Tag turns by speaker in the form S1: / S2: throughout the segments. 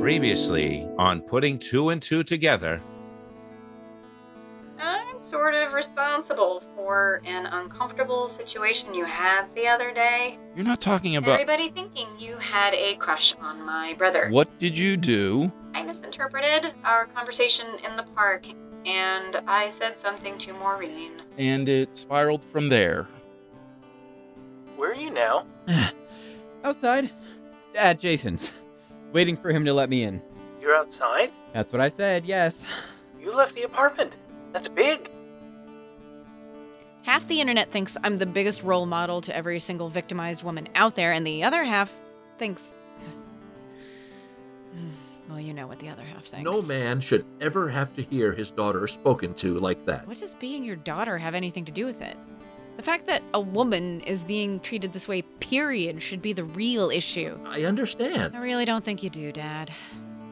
S1: previously on putting two and two together.
S2: I'm sort of responsible for an uncomfortable situation you had the other day.
S3: You're not talking about.
S2: Everybody thinking you had a crush on my brother.
S3: What did you do?
S2: I misinterpreted our conversation in the park, and I said something to Maureen.
S3: And it spiraled from there.
S4: Where are you now?
S5: Outside? At Jason's. Waiting for him to let me in.
S4: You're outside?
S5: That's what I said, yes.
S4: You left the apartment. That's big.
S6: Half the internet thinks I'm the biggest role model to every single victimized woman out there, and the other half thinks. Well, you know what the other half thinks.
S7: No man should ever have to hear his daughter spoken to like that.
S6: What does being your daughter have anything to do with it? The fact that a woman is being treated this way, period, should be the real issue.
S7: I understand.
S6: I really don't think you do, Dad.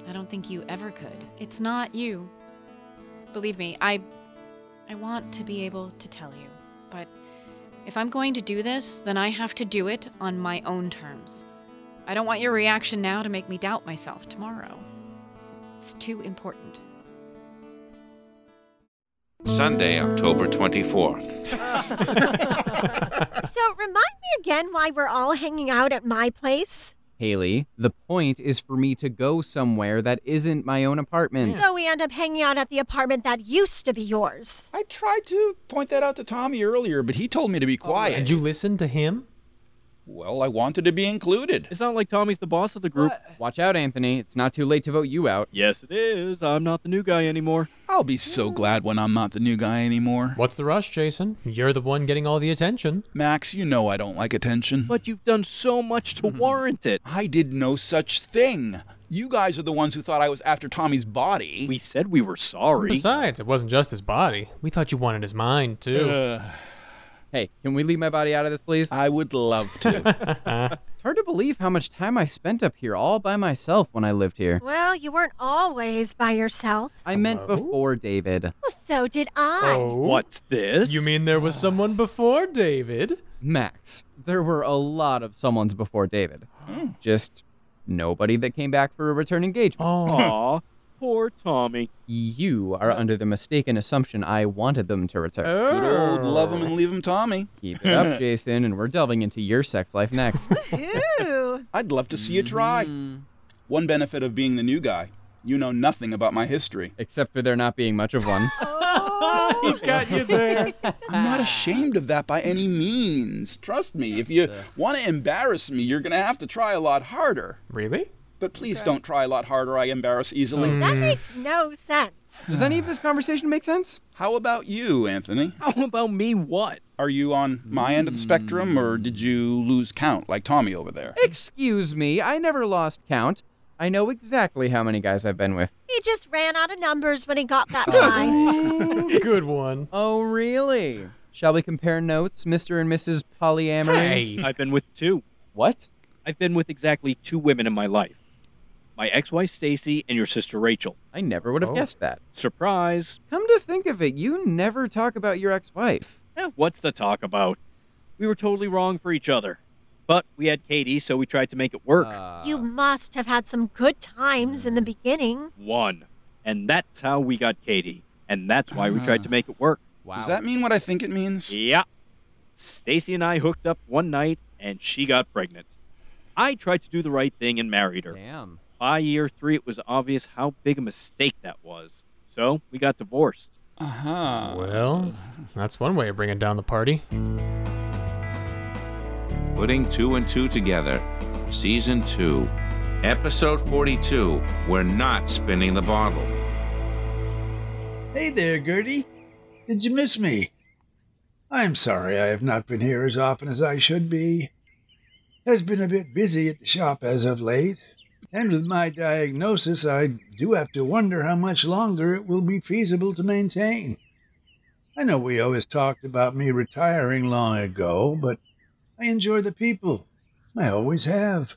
S6: I don't think you ever could. It's not you. Believe me, I I want to be able to tell you, but if I'm going to do this, then I have to do it on my own terms. I don't want your reaction now to make me doubt myself tomorrow. It's too important.
S1: Sunday, October 24th.
S8: So remind me again why we're all hanging out at my place.
S5: Haley, the point is for me to go somewhere that isn't my own apartment.
S8: So we end up hanging out at the apartment that used to be yours.
S3: I tried to point that out to Tommy earlier, but he told me to be
S9: Oh,
S3: quiet.
S10: Did you listen to him?
S3: Well, I wanted to be included.
S9: It's not like Tommy's the boss of the group.
S5: Watch out, Anthony. It's not too late to vote you out.
S9: Yes, it is. I'm not the new guy anymore.
S3: I'll be so glad when I'm not the new guy anymore.
S10: What's the rush, Jason? You're the one getting all the attention.
S3: Max, you know I don't like attention. Hmm.
S9: But you've done so much to warrant it.
S3: I did no such thing. You guys are the ones who thought I was after Tommy's body.
S9: We said we were sorry.
S10: Besides, it wasn't just his body. We thought you wanted his mind, too.
S5: Hey, can we leave my body out of this, please?
S3: I would love to.
S10: Ah.
S5: It's hard to believe how much time I spent up here all by myself when I lived here.
S8: Well, you weren't always by yourself.
S5: I meant Oh, before David.
S8: Well, so did I.
S9: What's this?
S10: Oh. You mean there was someone before David?
S5: Max, there were a lot of someone's before David. Just nobody that came back for a return engagement.
S10: Oh.
S9: Aw, poor Tommy.
S5: You are under the mistaken assumption I wanted them to return.
S10: Oh.
S3: Good old love him and leave him Tommy.
S5: Keep it up, Jason, and we're delving into your sex life next.
S8: Ooh.
S3: I'd love to see you try.
S9: Mm-hmm.
S3: One benefit of being the new guy you know nothing about my history.
S5: Except for there not being much of one.
S8: Oh.
S10: Got you there.
S3: I'm not ashamed of that by any means. Trust me, if you want to embarrass me, you're going to have to try a lot harder.
S10: really?
S3: But please don't try a lot harder. I embarrass easily.
S5: Hmm.
S8: That makes no sense.
S5: Mm. Does any of this conversation make sense?
S3: How about you, Anthony?
S9: How about me what?
S3: Are you on my end of the spectrum, or did you lose count like Tommy over there?
S5: Excuse me, I never lost count. I know exactly how many guys I've been with.
S8: He just ran out of numbers when he got that line.
S10: Ooh, good one.
S5: Oh, really? Shall we compare notes, Mr. and Mrs. Polyamory?
S10: Hey.
S9: I've been with two.
S5: What?
S9: I've been with exactly two women in my life my ex wife, Stacy, and your sister, Rachel.
S5: I never would have
S10: Oh.
S5: guessed that.
S9: Surprise.
S5: Come to think of it, you never talk about your ex wife.
S9: Eh, what's to talk about? We were totally wrong for each other. But we had Katie, so we tried to make it work.
S5: Uh.
S8: you must have had some good times in the beginning.
S9: One. And that's how we got Katie. And that's why we tried to make it work.
S5: Uh. Wow.
S3: Does that mean what I think it means?
S9: Yeah. Stacy and I hooked up one night and she got pregnant. I tried to do the right thing and married her.
S5: Damn.
S9: By year three, it was obvious how big a mistake that was. So we got divorced.
S3: Uh huh.
S10: Uh-huh. Well, that's one way of bringing down the party.
S1: Putting two and two together. Season two. Episode 42. We're not spinning the bottle.
S11: Hey there, Gertie. Did you miss me? I'm sorry I have not been here as often as I should be. Has been a bit busy at the shop as of late, and with my diagnosis, I do have to wonder how much longer it will be feasible to maintain. I know we always talked about me retiring long ago, but I enjoy the people. I always have.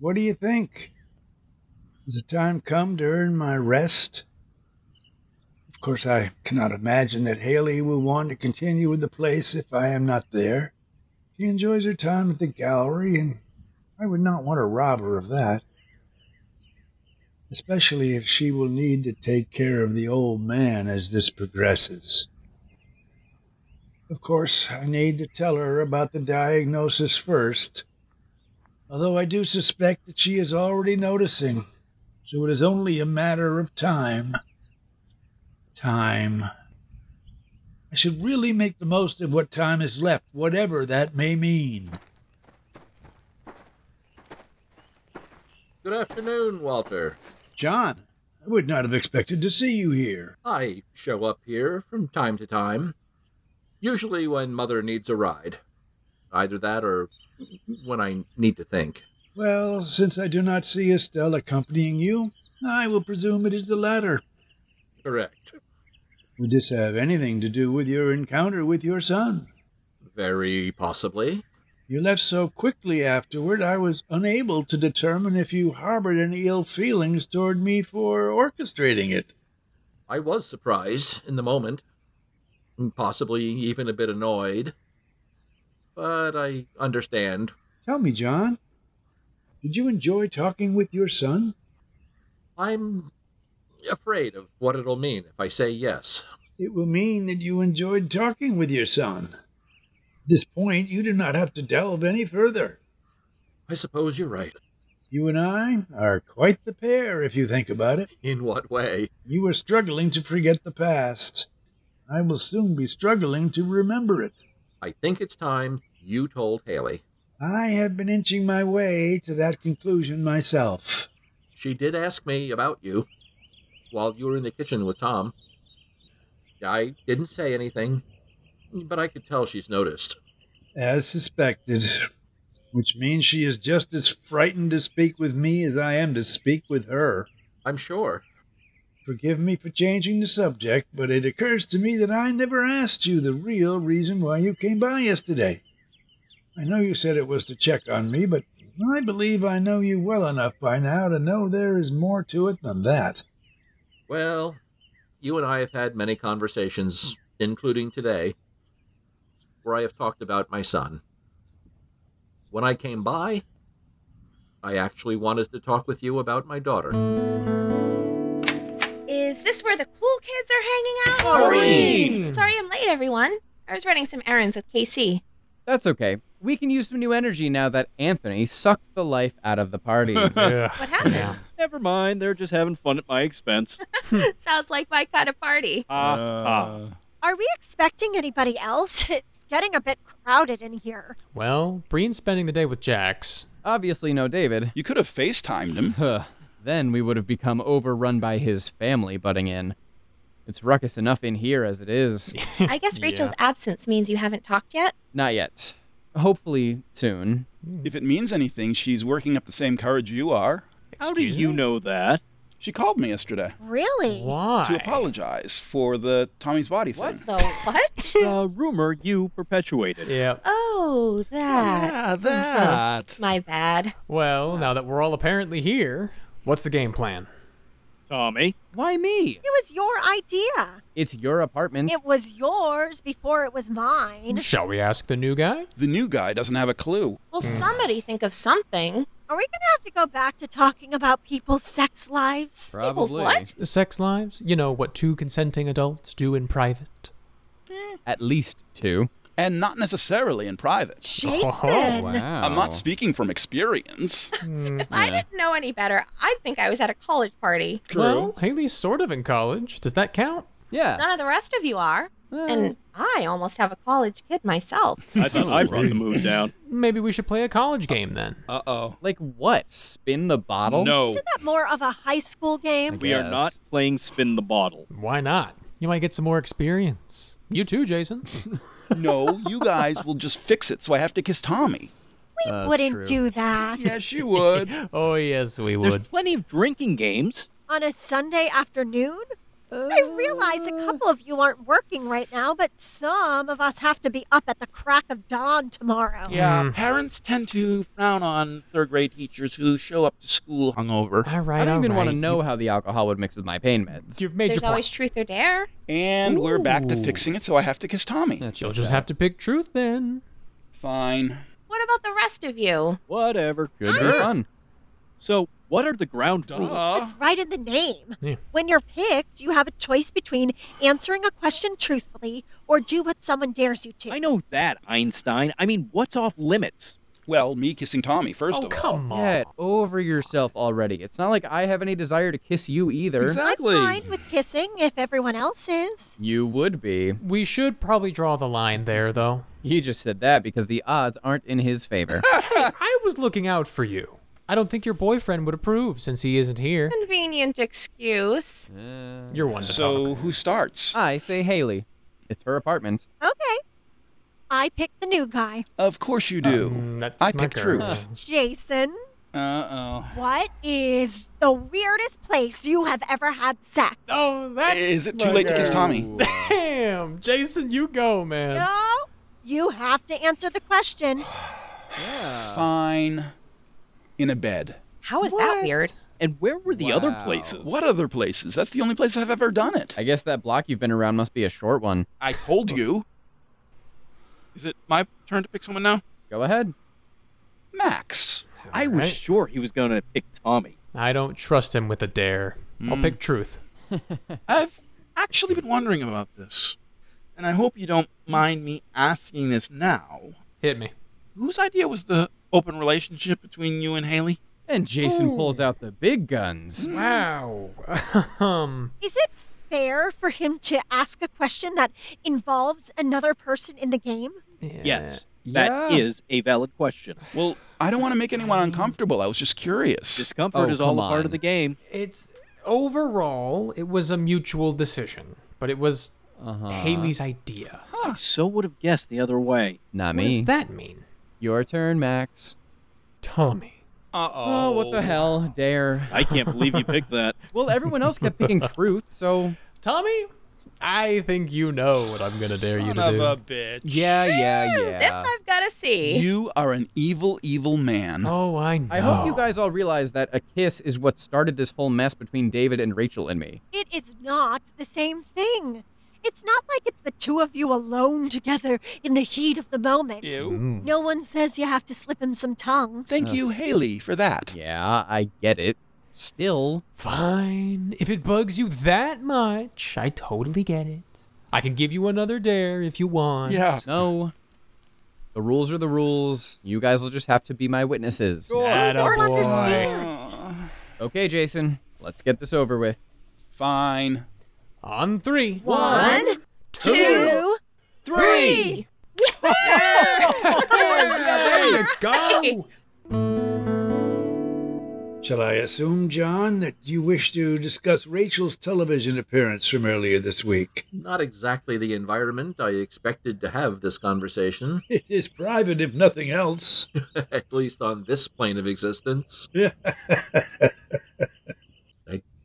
S11: What do you think? Has the time come to earn my rest? Of course, I cannot imagine that Haley will want to continue with the place if I am not there. She enjoys her time at the gallery, and I would not want to rob her of that. especially if she will need to take care of the old man as this progresses. Of course, I need to tell her about the diagnosis first, although I do suspect that she is already noticing, so it is only a matter of time. Time. I should really make the most of what time is left, whatever that may mean.
S7: Good afternoon, Walter.
S11: John, I would not have expected to see you here.
S7: I show up here from time to time, usually when Mother needs a ride. Either that or when I need to think.
S11: Well, since I do not see Estelle accompanying you, I will presume it is the latter.
S7: Correct.
S11: Would this have anything to do with your encounter with your son?
S7: Very possibly.
S11: You left so quickly afterward, I was unable to determine if you harbored any ill feelings toward me for orchestrating it.
S7: I was surprised in the moment, and possibly even a bit annoyed. But I understand.
S11: Tell me, John, did you enjoy talking with your son?
S7: I'm afraid of what it'll mean if I say yes.
S11: It will mean that you enjoyed talking with your son. At this point, you do not have to delve any further.
S7: I suppose you're right.
S11: You and I are quite the pair, if you think about it.
S7: In what way?
S11: You are struggling to forget the past. I will soon be struggling to remember it.
S7: I think it's time you told Haley.
S11: I have been inching my way to that conclusion myself.
S7: She did ask me about you while you were in the kitchen with Tom. I didn't say anything, but I could tell she's noticed.
S11: As suspected, which means she is just as frightened to speak with me as I am to speak with her.
S7: I'm sure.
S11: Forgive me for changing the subject, but it occurs to me that I never asked you the real reason why you came by yesterday. I know you said it was to check on me, but I believe I know you well enough by now to know there is more to it than that.
S7: Well, you and I have had many conversations, including today, where I have talked about my son. When I came by, I actually wanted to talk with you about my daughter.
S12: Is this where the cool kids are hanging out?
S5: Maureen!
S12: Sorry I'm late, everyone. I was running some errands with KC.
S5: That's okay. We can use some new energy now that Anthony sucked the life out of the party.
S12: What happened?
S9: Never mind, they're just having fun at my expense.
S12: Sounds like my kind of party.
S5: Uh,
S9: Ah, ah.
S8: Uh, Are we expecting anybody else? It's getting a bit crowded in here.
S5: Well, Breen's spending the day with Jax. Obviously, no David.
S3: You could have FaceTimed
S5: him. then we would have become overrun by his family butting in. It's ruckus enough in here as it is.
S12: I guess Rachel's absence means you haven't talked yet.
S5: Not yet. Hopefully soon.
S3: If it means anything, she's working up the same courage you are.
S9: How do you know that?
S3: She called me yesterday
S8: Really?
S3: to apologize for the Tommy's body thing.
S12: So what?
S9: A rumor you perpetuated.
S10: Yeah.
S12: oh, that.
S10: Yeah,
S12: Mhm.
S10: that.
S12: My bad.
S10: Well, now that we're all apparently here, what's the game plan?
S9: Tommy.
S5: Why me?
S8: It was your idea.
S5: It's your apartment.
S8: It was yours before it was mine.
S10: Shall we ask the new guy? Hmm.
S3: The new guy doesn't have a clue.
S12: Well, somebody think of something.
S8: Are we going to have to go back to talking about people's sex lives?
S5: Probably.
S12: what?
S10: Sex lives? You know, what two consenting adults do in private?
S5: At least two.
S3: And not necessarily in private.
S8: Jason!
S10: Oh,
S5: Wow.
S3: I'm not speaking from experience.
S10: Hmm.
S12: If I didn't know any better, I'd think I was at a college party.
S10: Well, Haley's sort of in college. Does that count?
S5: Yeah.
S12: None of the rest of you are. And I almost have a college kid myself.
S9: I thought I brought the mood down.
S10: Maybe we should play a college game then.
S3: Uh oh.
S5: Like what? Spin the bottle?
S3: No.
S8: Isn't that more of a high school game?
S9: We are not playing spin the bottle.
S10: Why not? You might get some more experience. You too, Jason.
S3: No, you guys will just fix it so I have to kiss Tommy.
S8: We wouldn't do that.
S3: Yes, you would.
S10: oh, yes, we
S9: There's plenty of drinking games.
S8: On a Sunday afternoon? I realize a couple of you aren't working right now, but some of us have to be up at the crack of dawn tomorrow.
S13: Yeah,
S10: Hmm.
S3: Hmm.
S13: parents tend to frown on third grade teachers who show up to school hungover.
S10: All right,
S5: I don't
S10: all
S5: even want to
S10: right.
S5: know how the alcohol would mix with my pain meds.
S10: You've made
S12: There's
S10: your point.
S12: always truth or dare.
S3: And we're back to
S10: Ooh.
S3: fixing it so I have to kiss Tommy.
S5: That's
S10: You'll
S5: what's
S10: just
S5: up.
S10: have to pick truth then.
S3: Fine.
S12: What about the rest of you?
S9: Whatever.
S5: Good and fun.
S9: So, what are the ground rules?
S8: It's right in the name. When you're picked, you have a choice between answering a question truthfully or do what someone dares you to.
S9: I know that, Einstein. I mean, what's off limits?
S3: Well, me kissing Tommy, first
S9: Oh,
S3: of all.
S9: come
S5: Get over yourself already. It's not like I have any desire to kiss you either.
S8: I'm fine with kissing if everyone else is.
S5: You would be.
S10: We should probably draw the line there, though.
S5: You just said that because the odds aren't in his favor.
S10: I was looking out for you. I don't think your boyfriend would approve since he isn't here.
S14: Convenient excuse.
S5: Uh,
S10: You're one to
S3: So who starts?
S5: I say Haley. It's her apartment.
S8: Okay. I picked the new guy,
S3: Of course you do. I
S10: my
S3: pick
S10: girl.
S3: truth.
S8: Jason.
S3: Uh oh.
S8: What is the weirdest place you have ever had sex?
S10: Oh, that's
S3: Is it too late to kiss Tommy?
S10: Damn, Jason, you go, man.
S8: No, you have to answer the question.
S3: Fine. In a bed.
S12: How is that weird?
S9: And where were the
S3: other places? What other places? That's the only place I've ever done it.
S5: I guess that block you've been around must be a short one.
S3: I told you.
S13: Is it my turn to pick someone now?
S5: Go ahead.
S3: Max.
S9: I was sure he was going to pick Tommy.
S10: I don't trust him with a dare. I'll
S3: Hmm.
S13: Mm.
S10: pick truth.
S13: I've actually been wondering about this, and I hope you don't mind me asking this now.
S10: Hit me.
S13: Whose idea was the open relationship between you and Haley?
S5: And Jason pulls out the big guns.
S10: Wow. um.
S8: Is it fair for him to ask a question that involves another person in the game?
S9: Yes, that is a valid question.
S3: Well, I don't want to make anyone uncomfortable. I was just curious.
S9: Discomfort
S10: Oh,
S9: is all a part of the game.
S10: It's overall, it was a mutual decision, but it was
S9: Uh-huh.
S10: Haley's idea.
S9: I so would have guessed the other way.
S5: Not
S10: What
S5: me.
S10: does that mean?
S5: Your turn, Max.
S10: Tommy.
S3: Uh
S5: Oh, what the hell? Dare.
S9: I can't believe you picked that.
S5: Well, everyone else kept picking truth, so
S10: Tommy, I think you know what I'm gonna dare you to do.
S3: bitch.
S10: Yeah, yeah,
S14: Hmm, This I've got to see.
S3: You are an evil, evil man.
S10: Oh, I know.
S5: I hope you guys all realize that a kiss is what started this whole mess between David and Rachel and me.
S8: It is not the same thing. It's not like it's the two of you alone together in the heat of the moment.
S5: Mm.
S8: No one says you have to slip him some tongue.
S3: Thank you, Haley, for that.
S5: Yeah, I get it. Still,
S10: Fine. If it bugs you that much, I totally get it. I can give you another dare if you want.
S3: Yeah.
S5: no. The rules are the rules. You guys will just have to be my witnesses.
S10: Atta boy.
S5: Okay, Jason, let's get this over with.
S3: Fine.
S10: On three.
S8: One, two, three.
S10: there you go.
S11: Shall I assume, John, that you wish to discuss Rachel's television appearance from earlier this week?
S7: Not exactly the environment I expected to have this conversation,
S11: It is private, if nothing else.
S7: at least on this plane of existence. I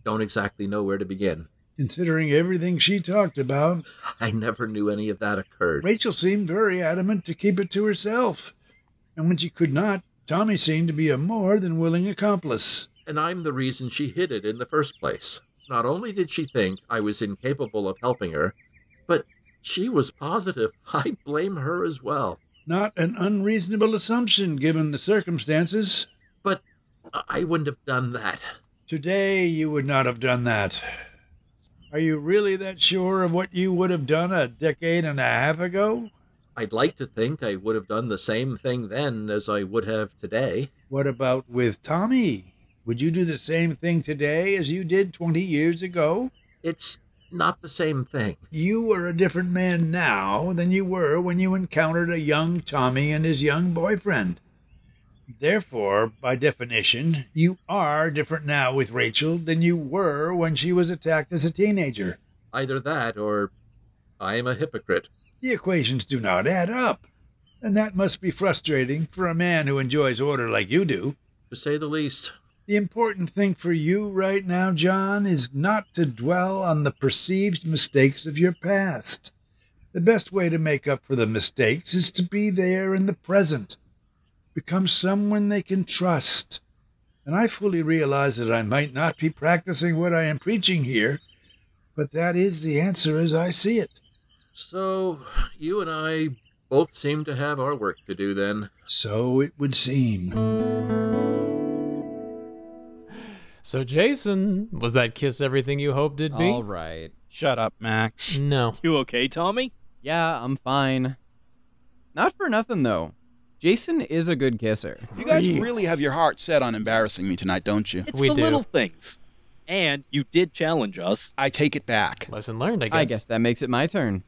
S7: don't exactly know where to begin.
S11: Considering everything she talked about,
S7: I never knew any of that occurred.
S11: Rachel seemed very adamant to keep it to herself. And when she could not, Tommy seemed to be a more than willing accomplice.
S7: And I'm the reason she hid it in the first place. Not only did she think I was incapable of helping her, but she was positive I blame her as well.
S11: Not an unreasonable assumption given the circumstances.
S7: But I- I wouldn't have done that.
S11: Today you would not have done that. Are you really that sure of what you would have done a decade and a half ago?
S7: I'd like to think I would have done the same thing then as I would have today.
S11: What about with Tommy? Would you do the same thing today as you did 20 years ago?
S7: It's not the same thing.
S11: You are a different man now than you were when you encountered a young Tommy and his young boyfriend. Therefore, by definition, you are different now with Rachel than you were when she was attacked as a teenager.
S7: Either that or I am a hypocrite.
S11: The equations do not add up, and that must be frustrating for a man who enjoys order like you do.
S7: To say the least,
S11: The important thing for you right now, John, is not to dwell on the perceived mistakes of your past. The best way to make up for the mistakes is to be there in the present. Become someone they can trust. And I fully realize that I might not be practicing what I am preaching here, but that is the answer as I see it.
S7: So, you and I both seem to have our work to do then.
S11: So it would seem.
S10: So, Jason, was that kiss everything you hoped it'd be?
S5: All right.
S13: Shut up, Max.
S10: No.
S9: You okay, Tommy?
S5: Yeah, I'm fine. Not for nothing, though. Jason is a good kisser.
S3: You guys really have your heart set on embarrassing me tonight, don't you?
S9: It's the little things. And you did challenge us.
S3: I take it back.
S10: Lesson learned, I guess.
S5: I guess that makes it my turn.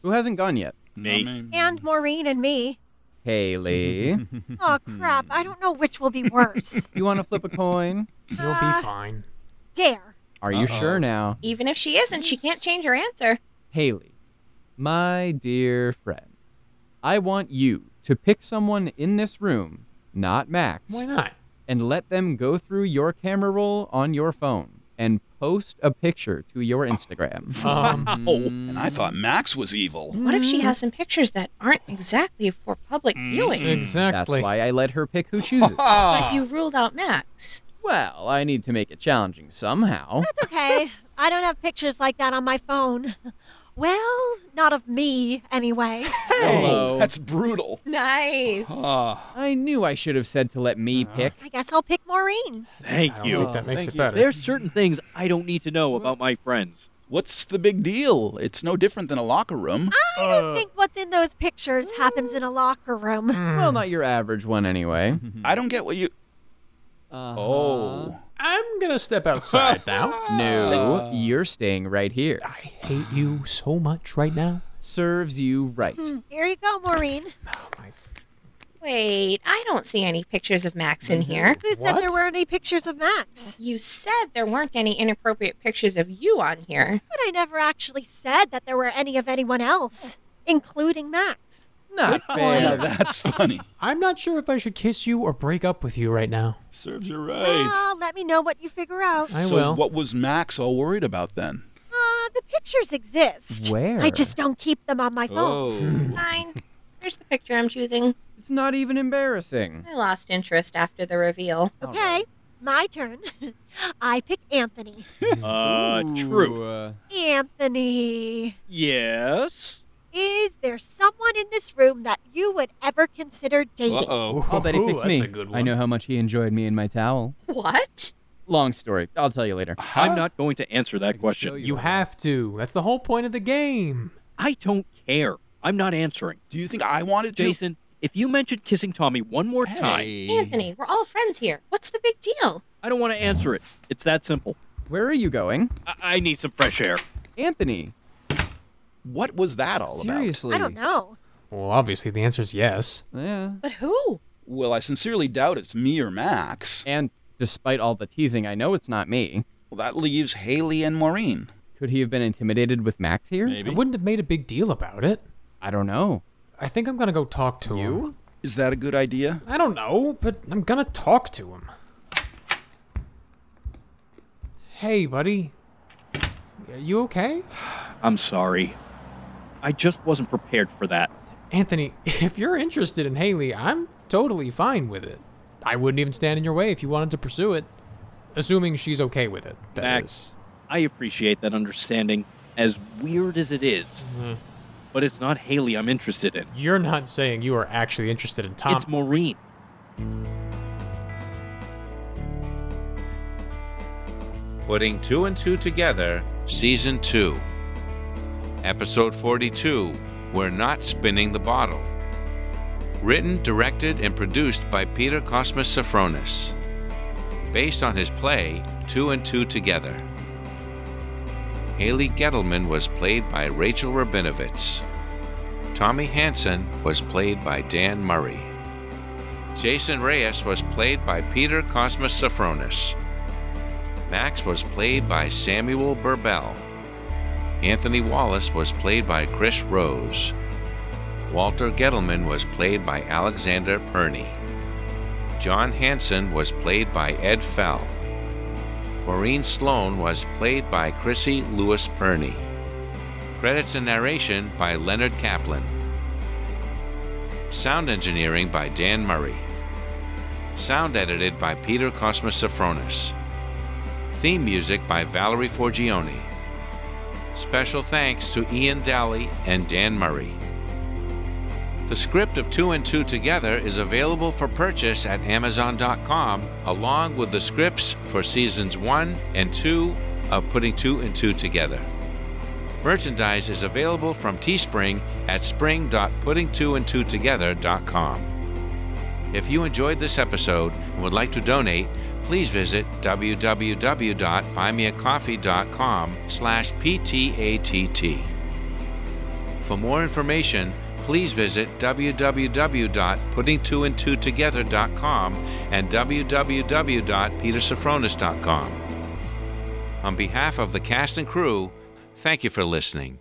S5: Who hasn't gone yet?
S9: Me.
S8: And Maureen and me.
S5: Haley.
S8: Oh, crap. I don't know which will be worse.
S5: you want to flip a coin?
S10: You'll be fine.
S8: Dare.
S5: Are you
S10: Uh-oh.
S5: sure now?
S14: Even if she isn't, she can't change her answer.
S5: Haley, my dear friend, I want you to pick someone in this room, not Max.
S10: Why not?
S5: And let them go through your camera roll on your phone and post a picture to your Instagram.
S10: Um,
S3: oh, and I thought Max was evil.
S14: What if she
S5: Mm.
S14: has some pictures that aren't exactly for public viewing?
S10: Mm, Exactly. Ah.
S5: That's why I let her pick who chooses. Ah.
S14: But you ruled out Max.
S5: well, I need to make it challenging somehow.
S8: It's okay. I don't have pictures like that on my phone. Well, not of me, anyway.
S5: Hello.
S3: Oh, That's brutal.
S14: Nice.
S5: I knew I should have said to let me
S10: Ah.
S5: pick.
S8: I guess I'll pick Maureen.
S9: Thank
S10: don't
S9: you.
S10: think that makes
S9: Thank
S10: it
S9: you.
S10: better.
S9: There's certain things I don't need to know about my friends.
S3: What's the big deal? It's no different than a locker room.
S8: I
S10: Uh,
S8: don't think what's in those pictures happens
S14: Mm.
S8: in a locker room.
S10: Hmm.
S5: Well, not your average one anyway.
S3: I don't get what you. Oh.
S10: Uh-huh. I'm going to step outside now.
S3: Uh.
S5: No, you're staying right here.
S10: hate you so much right now.
S5: Serves you right.
S14: Mm.
S8: Here you go, Maureen.
S14: Wait, I don't see any pictures of Max in here.
S5: Mm-hmm.
S8: Who said there were any pictures of Max?
S14: You said there weren't any inappropriate pictures of you on here.
S8: But I never actually said that there were any of anyone else, including Max.
S5: Not
S3: Yeah,
S5: fair.
S3: that's funny.
S10: I'm not sure if I should kiss you or break up with you right now.
S3: Serves you right.
S8: Well, let me know what you figure out.
S10: I
S3: so
S10: will.
S3: what was Max all worried about then?
S8: Uh, the pictures exist.
S5: Where?
S8: I just don't keep them on my phone.
S14: Fine. Here's the picture I'm choosing.
S5: It's not even embarrassing.
S14: I lost interest after the reveal.
S8: Okay, my turn. I pick Anthony.
S9: Uh,
S5: Ooh,
S9: true.
S5: uh,
S8: Anthony,
S9: Yes.
S8: is there someone in this room that you would ever consider dating?
S3: oh.
S5: I'll bet he
S10: Ooh,
S5: picks
S10: that's
S5: me.
S10: a good
S5: I
S10: one.
S5: know how much he enjoyed me and my towel.
S14: What?
S5: Long story. I'll tell you later.
S9: I'm not going to answer that
S5: show
S9: question.
S10: You have to. That's the whole point of the game.
S9: I don't care. I'm not answering.
S3: Do you think I wanted to?
S9: Jason, if you mentioned kissing Tommy one more time,
S3: Hey.
S14: Anthony, we're all friends here. What's the big deal?
S9: I don't want to answer it. It's that simple.
S5: Where are you going?
S9: I, I need some fresh air.
S5: Anthony.
S3: What was that all
S5: Seriously.
S8: I don't know.
S10: Well, obviously the answer is yes.
S5: Yeah.
S14: But who?
S3: about? Well, I sincerely doubt it's me or Max.
S5: And despite all the teasing, I know it's not me.
S3: Well, that leaves Haley and Maureen.
S5: Could he have been intimidated with Max here?
S10: I wouldn't have made a big deal about it.
S5: I don't know.
S10: I think I'm gonna go talk to him.
S5: You?
S3: Is that a good idea?
S10: I don't know, but I'm gonna talk to him. Hey, buddy. Are you okay?
S9: I'm sorry. I just wasn't prepared for that.
S10: Anthony, if you're interested in Haley, I'm totally fine with it. I wouldn't even stand in your way if you wanted to pursue it. Assuming she's okay with it, that is.
S9: Max, I appreciate that understanding, as weird as it is. But it's not Haley I'm interested in.
S10: You're not saying you are actually interested in Tom.
S9: It's Maureen.
S1: Putting Two and Two Together, Season 2. Episode 42 We're Not Spinning the Bottle. Written, directed, and produced by Peter Cosmas Sophronis. Based on his play, Two and Two Together. Haley Gettleman was played by Rachel Rabinovitz. Tommy Hansen was played by Dan Murray. Jason Reyes was played by Peter Cosmas Sophronis. Max was played by Samuel Burbell. Anthony Wallace was played by Chris Rose. Walter Gettleman was played by Alexander Perney. John Hanson was played by Ed Fell. Maureen Sloan was played by Chrissy Lewis Perney. Credits and narration by Leonard Kaplan. Sound engineering by Dan Murray. Sound edited by Peter Cosmas Sophronis. Theme music by Valerie Forgione. Special thanks to Ian Daly and Dan Murray. The script of Two and Two Together is available for purchase at Amazon.com, along with the scripts for seasons one and two of Putting Two and Two Together. Merchandise is available from Teespring at spring.putting2and2together.com. If you enjoyed this episode and would like to donate, please visit www.buymeacoffee.com slash ptatt. For more information, please visit www.putting2and2together.com and www.petersophronis.com. On behalf of the cast and crew, thank you for listening.